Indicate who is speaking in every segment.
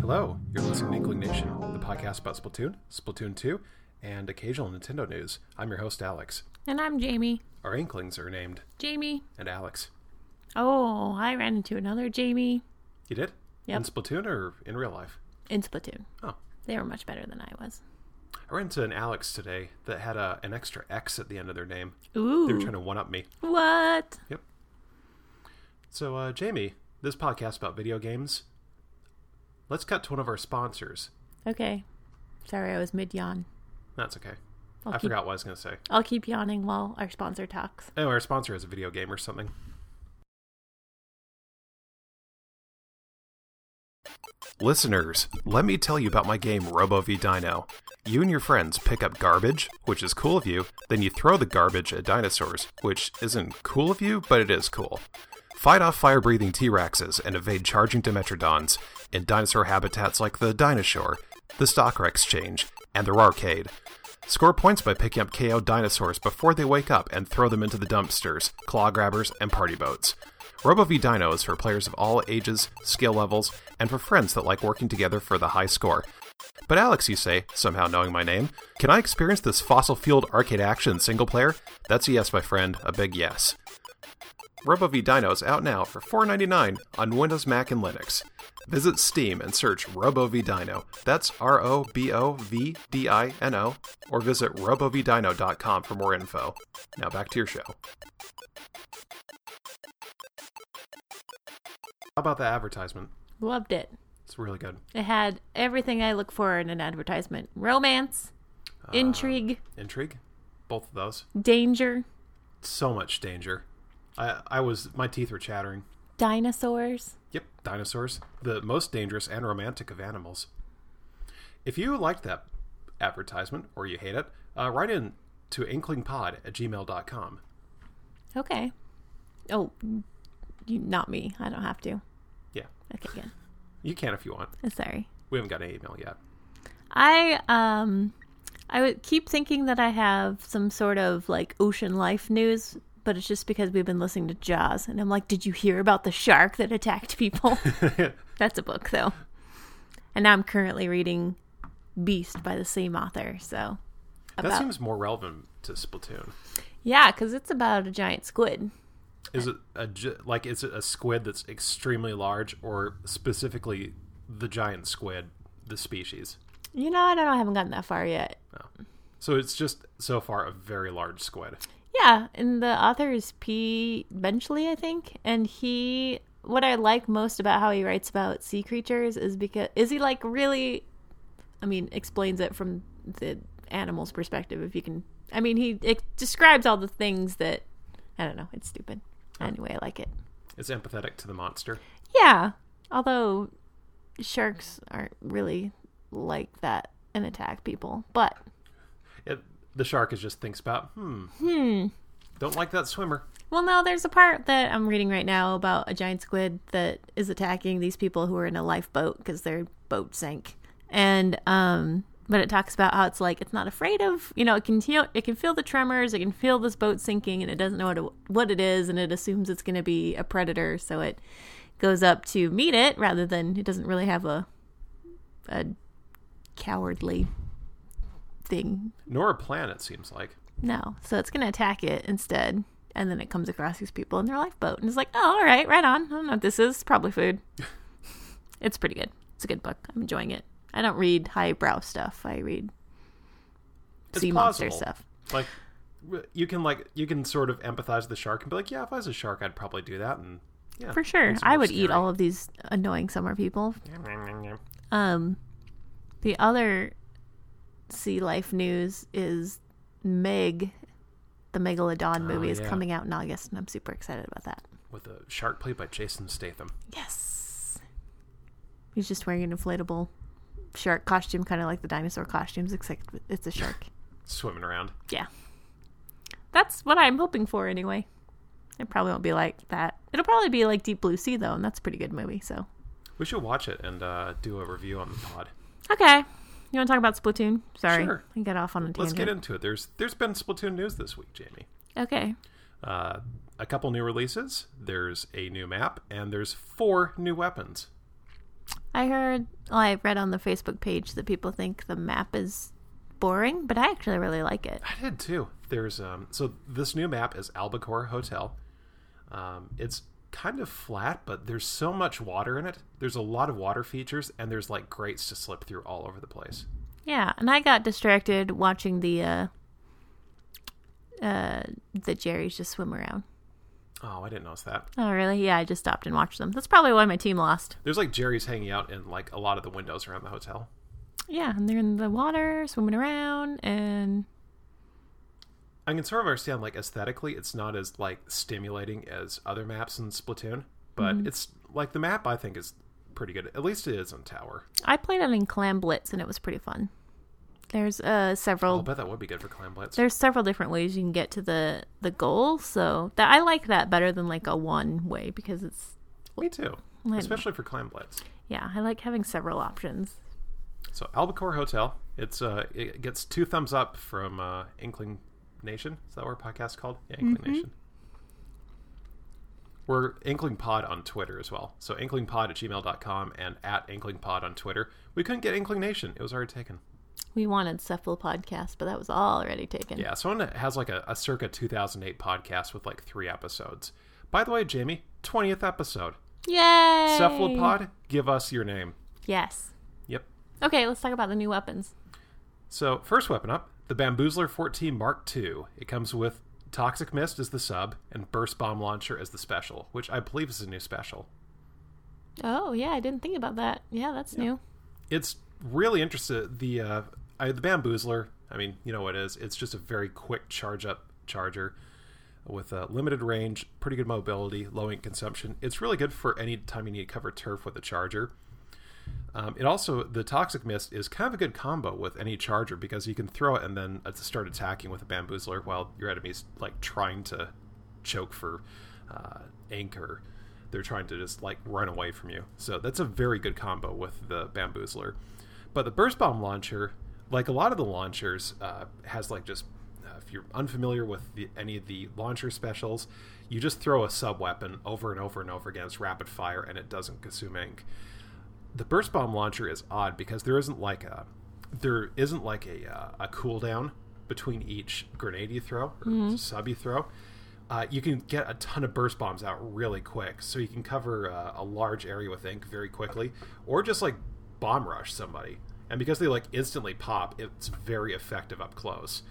Speaker 1: Hello, you're listening to Inkling Nation, the podcast about Splatoon, Splatoon 2, and occasional Nintendo news. I'm your host, Alex.
Speaker 2: And I'm Jamie.
Speaker 1: Our Inklings are named,
Speaker 2: Jamie.
Speaker 1: and Alex.
Speaker 2: Oh, I ran into another Jamie
Speaker 1: You did?
Speaker 2: Yep.
Speaker 1: In Splatoon or in real life?
Speaker 2: in Splatoon.
Speaker 1: Oh.
Speaker 2: They were much better than I was.
Speaker 1: I ran into an Alex today that had a, an extra X at the end of their name. They were
Speaker 2: Ooh.
Speaker 1: trying to one up me.
Speaker 2: what?
Speaker 1: Yep. So, uh, Jamie, this podcast about video games, let's cut to one of our sponsors.
Speaker 2: Okay. Sorry, I was mid yawn.
Speaker 1: That's okay.
Speaker 2: I'll
Speaker 1: I
Speaker 2: keep
Speaker 1: forgot what I was going to say.
Speaker 2: I'll keep yawning while our sponsor talks.
Speaker 1: Oh, our sponsor is a video game or something. Listeners, let me tell you about my game RoboV Dino. You and your friends pick up garbage, which is cool of you, then you throw the garbage at dinosaurs, which isn't cool of you, but it is cool. Fight off fire breathing T Rexes and evade charging Dimetrodons in dinosaur habitats like the Dinosaur, the Stock Exchange, and the Rarcade. Score points by picking up KO dinosaurs before they wake up and throw them into the dumpsters, claw grabbers, and party boats. RoboV Dino is for players of all ages, skill levels, and for friends that like working together for the high score. But Alex, you say, somehow knowing my name, can I experience this fossil fueled arcade action single player? That's a yes, my friend, a big yes. RoboV Dino is out now for $4.99 on Windows, Mac, and Linux. Visit Steam and search RoboV Dino. That's R O B O V D I N O. Or visit robovdino.com for more info. Now back to your show. How about the advertisement?
Speaker 2: Loved it.
Speaker 1: It's really good.
Speaker 2: It had everything I look for in an advertisement romance,
Speaker 1: Ah.
Speaker 2: intrigue,
Speaker 1: Intrigue? Both of those.
Speaker 2: danger,
Speaker 1: So much danger. I, I was, my teeth were chattering.
Speaker 2: dinosaurs.
Speaker 1: Yep, dinosaurs, the most dangerous and romantic of animals. If you liked that advertisement or you hate it, uh, write in to inklingpod at gmail.com.
Speaker 2: Okay. Oh, you, not me. I don't have to.
Speaker 1: Yeah,
Speaker 2: Okay, good.
Speaker 1: you can if you want.
Speaker 2: I'm sorry.
Speaker 1: We haven't got an email yet.
Speaker 2: I um I would keep thinking that I have some sort of like ocean life news, but it's just because we've been listening to Jaws and I'm like, did you hear about the shark that attacked people? That's a book though. And now I'm currently reading Beast by the same author, so
Speaker 1: That
Speaker 2: About-
Speaker 1: seems more relevant to Splatoon.
Speaker 2: yeah, because it's about a giant squid.
Speaker 1: Is it a gi- like is it a squid that's extremely large or specifically the giant squid, the species?
Speaker 2: You know, I don't know, I haven't gotten that far yet.
Speaker 1: So it's just so far a very large squid.
Speaker 2: Yeah, and the author is P. Benchley, I think, and he. What I like most about how he writes about sea creatures is because is he like really, I mean, explains it from the animal's perspective. If you can, I mean, he it describes all the things that I don't know. It's stupid. Anyway, I like it.
Speaker 1: It's empathetic to the monster.
Speaker 2: Yeah, although sharks aren't really like that and attack people, but
Speaker 1: It, the shark is just thinks about, hmm, hmm, don't like that swimmer.
Speaker 2: Well, no, there's a part that I'm reading right now about a giant squid that is attacking these people who are in a lifeboat because their boat sank. And, um, but it talks about how it's like it's not afraid of you know it can feel it can feel the tremors it can feel this boat sinking and it doesn't know what, it- what it is and it assumes it's going to be a predator so it goes up to meet it rather than it doesn't really have a a cowardly thing
Speaker 1: Nor a plan, it seems like.
Speaker 2: no. So it's going to attack it instead. And then it comes across these people in their lifeboat and it's like, oh, all right, right on. I don't know what this is. Probably food. it's pretty good. It's a good book. I'm enjoying it. I don't read highbrow stuff. I read
Speaker 1: It's
Speaker 2: sea monster
Speaker 1: plausible.
Speaker 2: stuff.
Speaker 1: Like, w- you can like you can sort of empathize with the shark and be like, yeah, if I was a shark, I'd probably do that. And yeah,
Speaker 2: For sure.
Speaker 1: it's
Speaker 2: I
Speaker 1: more
Speaker 2: would eat
Speaker 1: scary.
Speaker 2: all of these annoying summer people. Um, the other sea life news is Meg, the Megalodon movie, is
Speaker 1: Oh, yeah.
Speaker 2: coming out in August, and I'm super excited about that.
Speaker 1: with a shark played by Jason Statham.
Speaker 2: Yes. He's just wearing an inflatable shark costume, kind of like the dinosaur costumes, except it's a shark.
Speaker 1: swimming around.
Speaker 2: yeah. That's what I'm hoping for, anyway. It probably won't be like that. It'll probably be like Deep Blue Sea, though, and that's a pretty good movie, so.
Speaker 1: We should watch it and uh, do a review on the pod.
Speaker 2: Okay. You want to talk about Splatoon? Sorry.
Speaker 1: Sure.
Speaker 2: I got off on a tangent.
Speaker 1: Let's get into it. There's there's been Splatoon news this week, Jamie.
Speaker 2: Okay.
Speaker 1: Uh, a couple new releases. There's a new map and there's four new weapons.
Speaker 2: I heard, well, I read on the Facebook page that people think the map is boring, but I actually really like it.
Speaker 1: I did too. There's um so this new map is Albacore Hotel. Um it's kind of flat, but there's so much water in it. There's a lot of water features and there's like grates to slip through all over the place.
Speaker 2: Yeah, and I got distracted watching the uh uh the Jerry's just swim around.
Speaker 1: Oh, I didn't notice that.
Speaker 2: Oh, really? Yeah, I just stopped and watched them. That's probably why my team lost.
Speaker 1: There's like Jerry's hanging out in like a lot of the windows around the hotel.
Speaker 2: Yeah, and they're in the water, swimming around, and
Speaker 1: I can sort of understand like aesthetically it's not as like stimulating as other maps in Splatoon, but it's like the map I think is pretty good. At least it is in Tower.
Speaker 2: I played it in Clam Blitz, and it was pretty fun. There's uh
Speaker 1: I'll
Speaker 2: several
Speaker 1: bet that would be good for Clam Blitz.
Speaker 2: there's several different ways you can get to the the goal, so that I like that better than like a one way because it's
Speaker 1: Me too.
Speaker 2: know.
Speaker 1: Especially for Clam Blitz.
Speaker 2: yeah, I like having several options.
Speaker 1: So Albacore Hotel, it's uh, it gets two thumbs up from uh, Inkling Nation. Is that what our podcast called? Yeah, Inkling Nation. We're Inkling Pod on Twitter as well. So inklingpod at gmail.com and at inklingpod on Twitter. We couldn't get Inkling Nation. It was already taken.
Speaker 2: We wanted Cephalopodcast, but that was already taken.
Speaker 1: Yeah, someone that has like a, a circa 2008 podcast with like three episodes. By the way, Jamie, 20th episode.
Speaker 2: Yay!
Speaker 1: Cephalopod, give us your name.
Speaker 2: Yes.
Speaker 1: Yep.
Speaker 2: Okay, let's talk about the new weapons.
Speaker 1: So, first weapon up, the Bamboozler 14 Mark II. It comes with Toxic Mist as the sub and Burst Bomb Launcher as the special, which I believe is a new special.
Speaker 2: Oh yeah, I didn't think about that. Yeah, that's new.
Speaker 1: It's really interesting. The uh, I, the Bamboozler, I mean, you know what it is. It's just a very quick charge up charger with uh, limited range, pretty good mobility, low ink consumption. It's really good for any time you need to cover turf with a charger. Um, it also the toxic mist is kind of a good combo with any charger because you can throw it and then uh, start attacking with a bamboozler while your enemy's like trying to choke for uh, anchor. They're trying to just like run away from you. So that's a very good combo with the bamboozler. But the burst bomb launcher, like a lot of the launchers, uh, has like just uh, if you're unfamiliar with the, any of the launcher specials, you just throw a sub weapon over and over and over again. It's rapid fire and it doesn't consume ink the burst bomb launcher is odd because there isn't like a there isn't like a uh, a cooldown between each grenade you throw or sub you throw. Uh, you can get a ton of burst bombs out really quick, so you can cover uh, a large area with ink very quickly, or just like bomb rush somebody. And because they like instantly pop, it's very effective up close.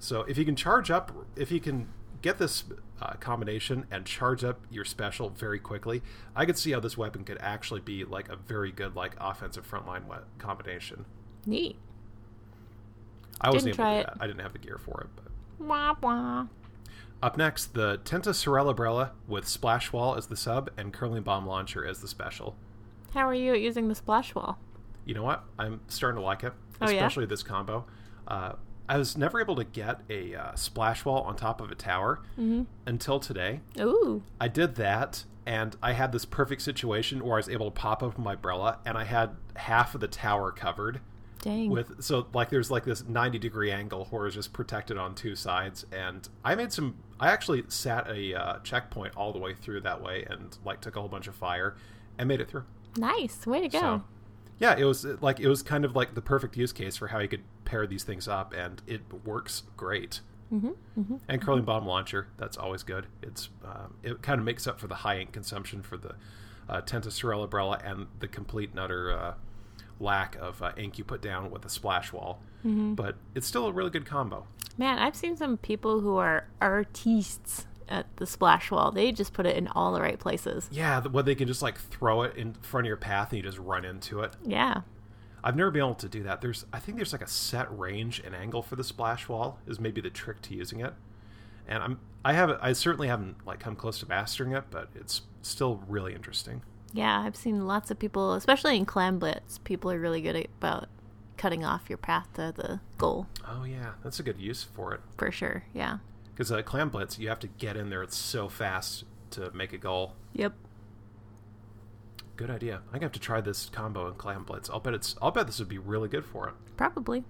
Speaker 1: So if you can charge up, if you can get this uh, combination and charge up your special very quickly, I could see how this weapon could actually be like a very good like offensive frontline we- combination.
Speaker 2: Neat.
Speaker 1: I wasn't
Speaker 2: Didn't
Speaker 1: able
Speaker 2: try
Speaker 1: to
Speaker 2: it.
Speaker 1: do that. I didn't have the gear for it. But.
Speaker 2: Wah, wah.
Speaker 1: Up next, the Tenta Cerellabrella with Splash Wall as the sub and Curling Bomb Launcher as the special.
Speaker 2: How are you at using the splash wall?
Speaker 1: you know what? I'm starting to like it,
Speaker 2: Oh, yeah?
Speaker 1: especially this combo. Uh, I was never able to get a uh, splash wall on top of a tower
Speaker 2: Mm-hmm.
Speaker 1: until today.
Speaker 2: Ooh.
Speaker 1: I did that, and I had this perfect situation where I was able to pop up my umbrella, and I had half of the tower covered
Speaker 2: Dang.
Speaker 1: with so like there's like this 90 degree angle where it's just protected on two sides and i made some i actually sat a uh, checkpoint all the way through that way and like took a whole bunch of fire and made it through
Speaker 2: nice. Way to go.
Speaker 1: so, yeah, it was uh, like it was kind of like the perfect use case for how you could pair these things up, and it works great. Mm-hmm, And curling bomb launcher, that's always good. It's um, it kind of makes up for the high ink consumption for the uh, Tenta Cerellabrella and the complete and utter uh, lack of uh, ink you put down with a splash wall. But it's still a really good combo.
Speaker 2: Man, I've seen some people who are artistes at the splash wall. They just put it in all the right places.
Speaker 1: Yeah, the, where they can just like throw it in front of your path and you just run into it.
Speaker 2: Yeah.
Speaker 1: I've never been able to do that. There's, I think there's like a set range and angle for the splash wall is maybe the trick to using it. And I'm, I have, I certainly haven't like come close to mastering it, but it's still really interesting.
Speaker 2: Yeah, I've seen lots of people, especially in clam blitz, people are really good at, about cutting off your path to the goal
Speaker 1: Oh yeah, that's a good use for it
Speaker 2: for sure. Yeah.
Speaker 1: because uh, clam blitz, you have to get in there. It's so fast to make a goal.
Speaker 2: Yep.
Speaker 1: Good idea. I'm gonna have to try this combo in clam blitz. I'll bet it's, I'll bet this would be really good for it.
Speaker 2: Probably.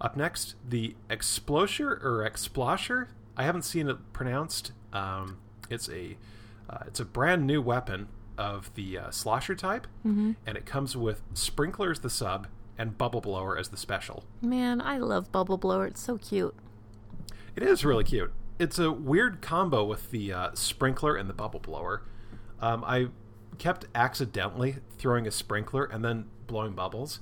Speaker 1: Up next, the Explosure or Explosure. I haven't seen it pronounced. Um, it's a uh, it's a brand new weapon of the uh, slosher type, and it comes with sprinkler as the sub and bubble blower as the special.
Speaker 2: Man, I love Bubble Blower. It's so cute.
Speaker 1: It is really cute. It's a weird combo with the uh, sprinkler and the bubble blower. Um, I kept accidentally throwing a sprinkler and then blowing bubbles.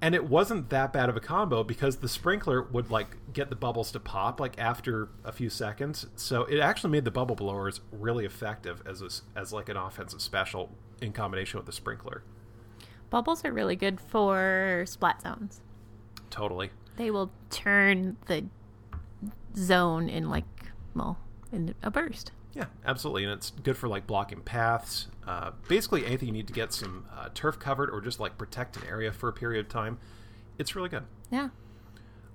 Speaker 1: And it wasn't that bad of a combo because the sprinkler would like get the bubbles to pop like after a few seconds. So it actually made the bubble blowers really effective as a s as like an offensive special in combination with the sprinkler.
Speaker 2: Bubbles are really good for splat zones.
Speaker 1: Totally.
Speaker 2: They will turn the zone in like, well, in a burst.
Speaker 1: Yeah, absolutely, and it's good for like blocking paths. Uh, basically, anything you need to get some uh, turf covered or just like protect an area for a period of time, it's really good.
Speaker 2: Yeah.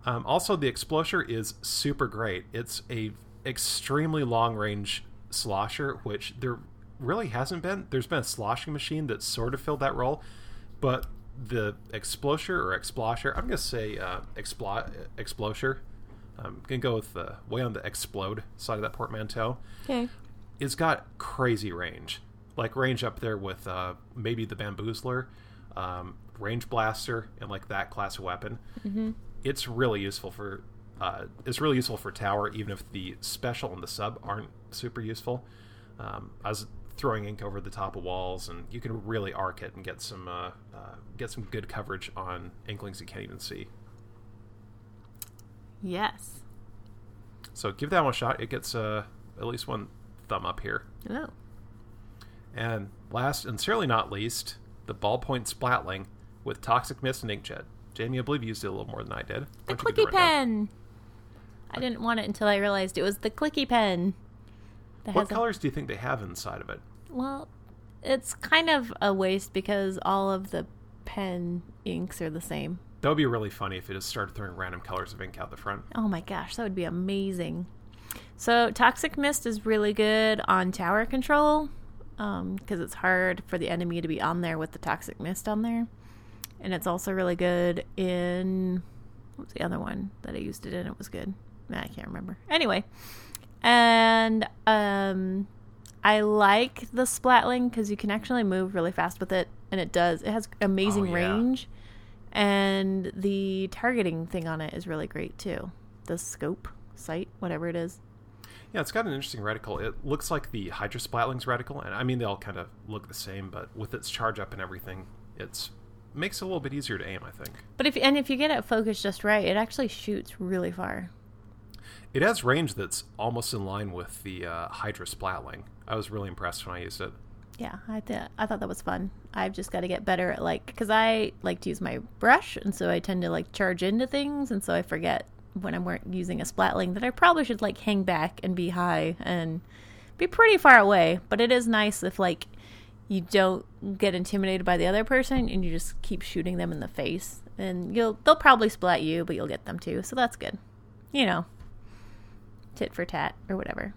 Speaker 1: Um, also, the Explosure is super great. It's a extremely long range slosher, which there really hasn't been. There's been a sloshing machine that sort of filled that role, but the Explosure or Explosure, I'm gonna say uh, Explo- Explosure. I'm gonna go with the way on the explode side of that portmanteau
Speaker 2: Okay.
Speaker 1: it's got crazy range, like range up there with uh, maybe the bamboozler, um, range blaster, and like that class of weapon. It's really useful for uh, it's really useful for tower, even if the special and the sub aren't super useful. Um, I was throwing ink over the top of walls, and you can really arc it and get some uh, uh, get some good coverage on inklings you can't even see.
Speaker 2: Yes.
Speaker 1: So give that one a shot. It gets uh, at least one thumb up here.
Speaker 2: Oh.
Speaker 1: And last and certainly not least, the ballpoint splatling with toxic mist and inkjet. Jamie, I believe you used it a little more than I did.
Speaker 2: The
Speaker 1: Why don't you give
Speaker 2: clicky
Speaker 1: it a rundown?
Speaker 2: pen. I didn't want it until I realized it was the clicky pen. That
Speaker 1: What
Speaker 2: a-
Speaker 1: colors do you think they have inside of it?
Speaker 2: well, it's kind of a waste because all of the pen inks are the same.
Speaker 1: That would be really funny if it just started throwing random colors of ink out the front.
Speaker 2: Oh my gosh, that would be amazing. So, Toxic Mist is really good on tower control because it's hard for the enemy to be on there with the Toxic Mist on there. And it's also really good in. What was the other one that I used it in? It was good. Nah, I can't remember. Anyway, and um, I like the Splatling because you can actually move really fast with it, and it does. It has amazing
Speaker 1: yeah.
Speaker 2: range, and the targeting thing on it is really great too. The scope, sight, whatever it is.
Speaker 1: Yeah, it's got an interesting reticle. It looks like the Hydra Splatling's reticle, and I mean they all kind of look the same, but with its charge up and everything, it's makes it a little bit easier to aim, I think.
Speaker 2: But if and if you get it focused just right, it actually shoots really far.
Speaker 1: It has range that's almost in line with the uh, Hydra Splatling. I was really impressed when I used it.
Speaker 2: Yeah, I th- I thought that was fun. I've just got to get better at like because I like to use my brush, and so I tend to like charge into things, and so I forget when I'm wor- using a splatling that I probably should like hang back and be high and be pretty far away. But it is nice if like you don't get intimidated by the other person and you just keep shooting them in the face, and you'll they'll probably splat you, but you'll get them too, so that's good. You know, tit for tat or whatever.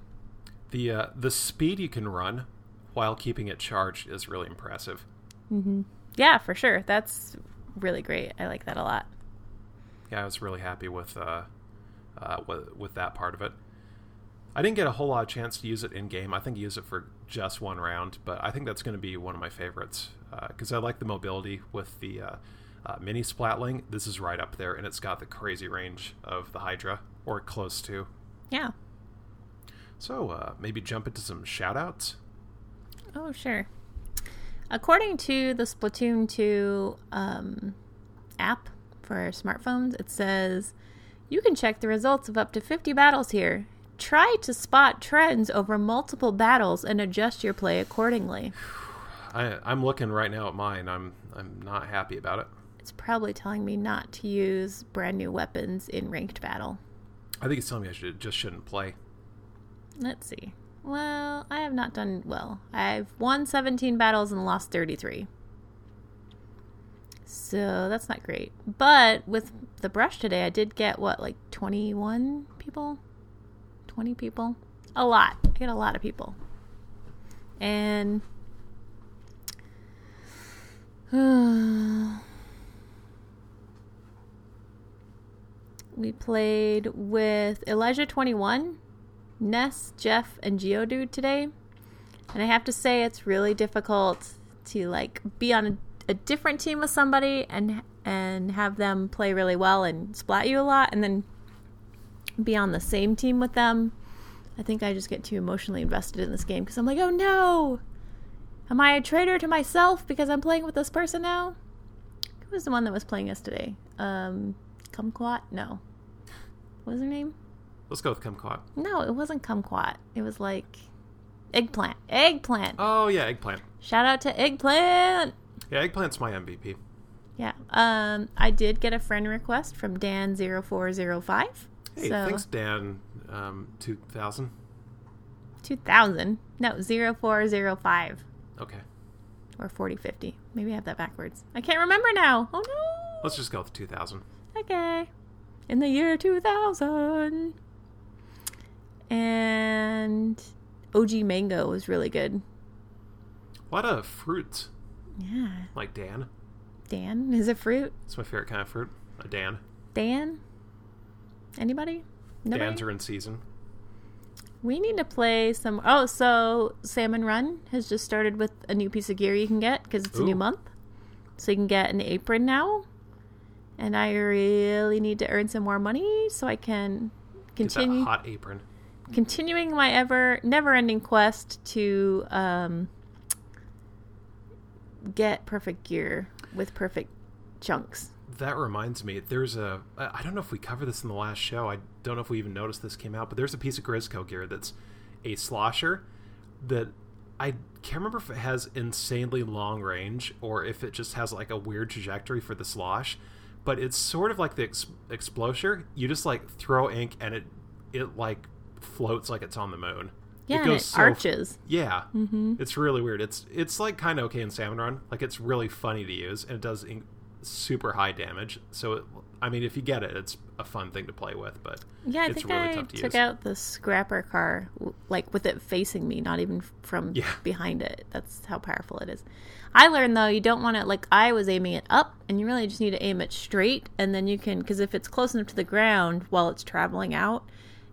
Speaker 1: The uh, the speed you can run while keeping it charged is really impressive.
Speaker 2: Yeah, for sure. That's really great. I like that a lot.
Speaker 1: Yeah, I was really happy with uh, uh, with, with that part of it. I didn't get a whole lot of chance to use it in game. I think I used it for just one round, but I think that's going to be one of my favorites because I like the mobility with the uh, uh, mini splatling. This is right up there, and it's got the crazy range of the Hydra or close to.
Speaker 2: Yeah.
Speaker 1: So uh, maybe jump into some shoutouts.
Speaker 2: Oh, sure. According to the Splatoon 2 um, app for smartphones, it says you can check the results of up to 50 battles here. Try to spot trends over multiple battles and adjust your play accordingly.
Speaker 1: I, I'm looking right now at mine. I'm I'm not happy about it.
Speaker 2: It's probably telling me not to use brand new weapons in ranked battle.
Speaker 1: I think it's telling me I should just shouldn't play.
Speaker 2: Let's see. Well, I have not done well. I've won 17 battles and lost 33. So that's not great. But with the brush today, I did get what, like 21 people? 20 people? A lot. I get a lot of people. And. we played with Elijah 21. Ness, Jeff, and Geodude today. And I have to say, it's really difficult to like be on a, a different team with somebody and and have them play really well and splat you a lot, and then be on the same team with them. I think I just get too emotionally invested in this game because I'm like, oh no, am I a traitor to myself because I'm playing with this person now? Who was the one that was playing us today? Um, Kumquat? No. What was her name?
Speaker 1: Let's go with Kumquat.
Speaker 2: No, it wasn't Kumquat. It was like eggplant. Eggplant.
Speaker 1: Oh yeah, eggplant.
Speaker 2: Shout out to eggplant.
Speaker 1: Yeah, eggplant's my MVP.
Speaker 2: Yeah. Um, I did get a friend request from Dan0405.
Speaker 1: Hey,
Speaker 2: so
Speaker 1: thanks, Dan. Um, two thousand.
Speaker 2: 2000. No, 0405
Speaker 1: Okay,
Speaker 2: or 4050. Maybe I have that backwards. I can't remember now. Oh no.
Speaker 1: let's just go with two thousand.
Speaker 2: Okay. In the year 2000. And OG Mango was really good.
Speaker 1: A lot of fruits,
Speaker 2: Yeah.
Speaker 1: like Dan.
Speaker 2: Dan is a fruit.
Speaker 1: It's my favorite kind of fruit. A Dan.
Speaker 2: Dan? Anybody? Nobody?
Speaker 1: Dan's are in season.
Speaker 2: We need to play some. Oh, so Salmon Run has just started with a new piece of gear you can get because it's a
Speaker 1: Ooh.
Speaker 2: new month. So you can get an apron now. And I really need to earn some more money so I can
Speaker 1: Get that
Speaker 2: continue
Speaker 1: hot apron.
Speaker 2: continuing my ever never-ending quest to um, get perfect gear with perfect chunks.
Speaker 1: That reminds me, there's a. I I don't know if we covered this in the last show. I don't know if we even noticed this came out, but there's a piece of Grisco gear that's a slosher that I can't remember if it has insanely long range or if it just has like a weird trajectory for the slosh. But it's sort of like the ex- explosure. You just like throw ink and it it like floats like it's on the moon.
Speaker 2: Yeah, and
Speaker 1: goes
Speaker 2: it
Speaker 1: so-
Speaker 2: arches.
Speaker 1: Yeah, it's really weird. It's it's like kind of okay in Salmon Run. Like it's really funny to use, and it does in- super high damage. So it, I mean, if you get it, it's a fun thing to play with. But
Speaker 2: Yeah, I
Speaker 1: it's
Speaker 2: think
Speaker 1: really
Speaker 2: I
Speaker 1: tough to
Speaker 2: took
Speaker 1: use.
Speaker 2: out the scrapper car, w- like with it facing me, not even f- from
Speaker 1: Yeah.
Speaker 2: behind it. That's how powerful it is. I learned though, you don't want to like I was aiming it up, and you really just need to aim it straight, and then you can because if it's close enough to the ground while it's traveling out,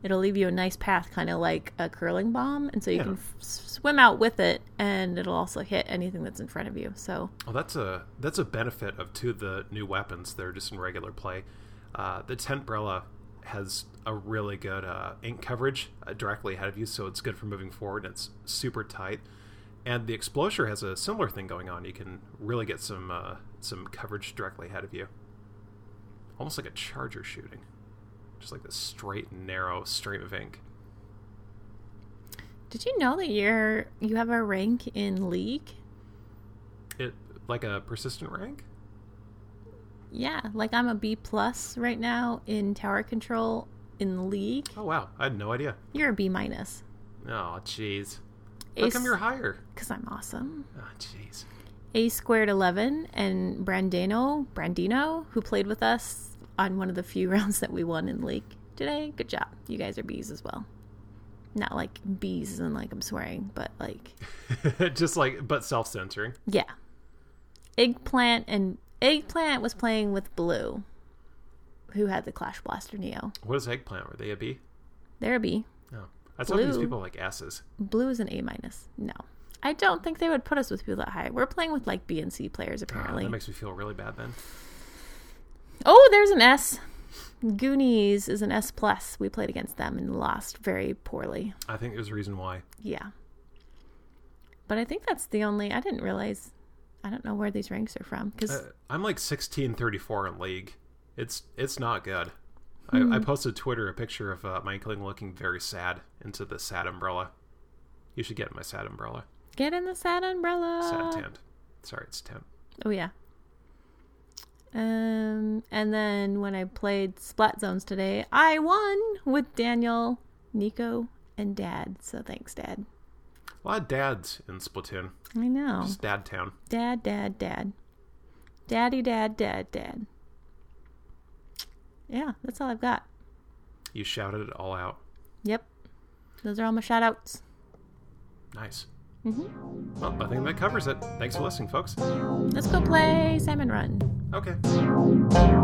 Speaker 2: it'll leave you a nice path, kind of like a curling bomb, and so you
Speaker 1: Yeah.
Speaker 2: can f- s- swim out with it, and it'll also hit anything that's in front of you. So
Speaker 1: well, that's a that's a benefit of two of the new weapons. They're just in regular play. Uh, the Tentbrella has a really good uh, ink coverage uh, directly ahead of you, so it's good for moving forward. and It's super tight. And the Explosure has a similar thing going on. You can really get some uh, some coverage directly ahead of you, almost like a charger shooting, just like this straight and narrow stream of ink.
Speaker 2: did you know that you're you have a rank in league?
Speaker 1: It like a persistent rank.
Speaker 2: Yeah, like I'm a B plus right now in tower control in league.
Speaker 1: Oh wow, I had no idea.
Speaker 2: You're a B minus.
Speaker 1: Oh jeez, how come you're higher?
Speaker 2: Because I'm awesome.
Speaker 1: Oh jeez.
Speaker 2: A squared eleven and Brandano Brandino, who played with us on one of the few rounds that we won in league today. Good job. You guys are B's as well. Not like B's and like I'm swearing, but like
Speaker 1: just like but self-censoring
Speaker 2: yeah. Eggplant and Eggplant was playing with Blue, who had the Clash Blaster Neo.
Speaker 1: what is eggplant were they a b
Speaker 2: They're a B.
Speaker 1: no i thought these
Speaker 2: Blue.
Speaker 1: people like asses Ah,
Speaker 2: Blue is an A minus. No, I don't think they would put us with people that high. We're playing with like B and C players
Speaker 1: Ah,
Speaker 2: apparently.
Speaker 1: that makes me feel really bad then
Speaker 2: oh, there's an S. Goonies is an S plus. We played against them and lost very poorly.
Speaker 1: i think there's a reason why
Speaker 2: Yeah, but I think that's the only. I didn't realize. I don't know where these ranks are from because
Speaker 1: uh, i'm like 1634 in league it's it's not good I, I posted twitter a picture of uh, my inkling looking very sad into the sad umbrella you should get my sad umbrella
Speaker 2: get in the sad umbrella.
Speaker 1: sad tent sorry it's tent
Speaker 2: Oh yeah. Um, and then when I played Splat Zones today, I won with Daniel, Nico, and Dad. So thanks, Dad.
Speaker 1: a lot of dads in splatoon
Speaker 2: I know.
Speaker 1: it's dad town
Speaker 2: Dad, Dad, Dad, Daddy, Dad, Dad, Dad. Yeah, that's all I've got.
Speaker 1: you shouted it all out
Speaker 2: Yep, those are all my shout outs.
Speaker 1: nice well i think that covers it thanks for listening folks
Speaker 2: Let's go play Salmon Run.
Speaker 1: okay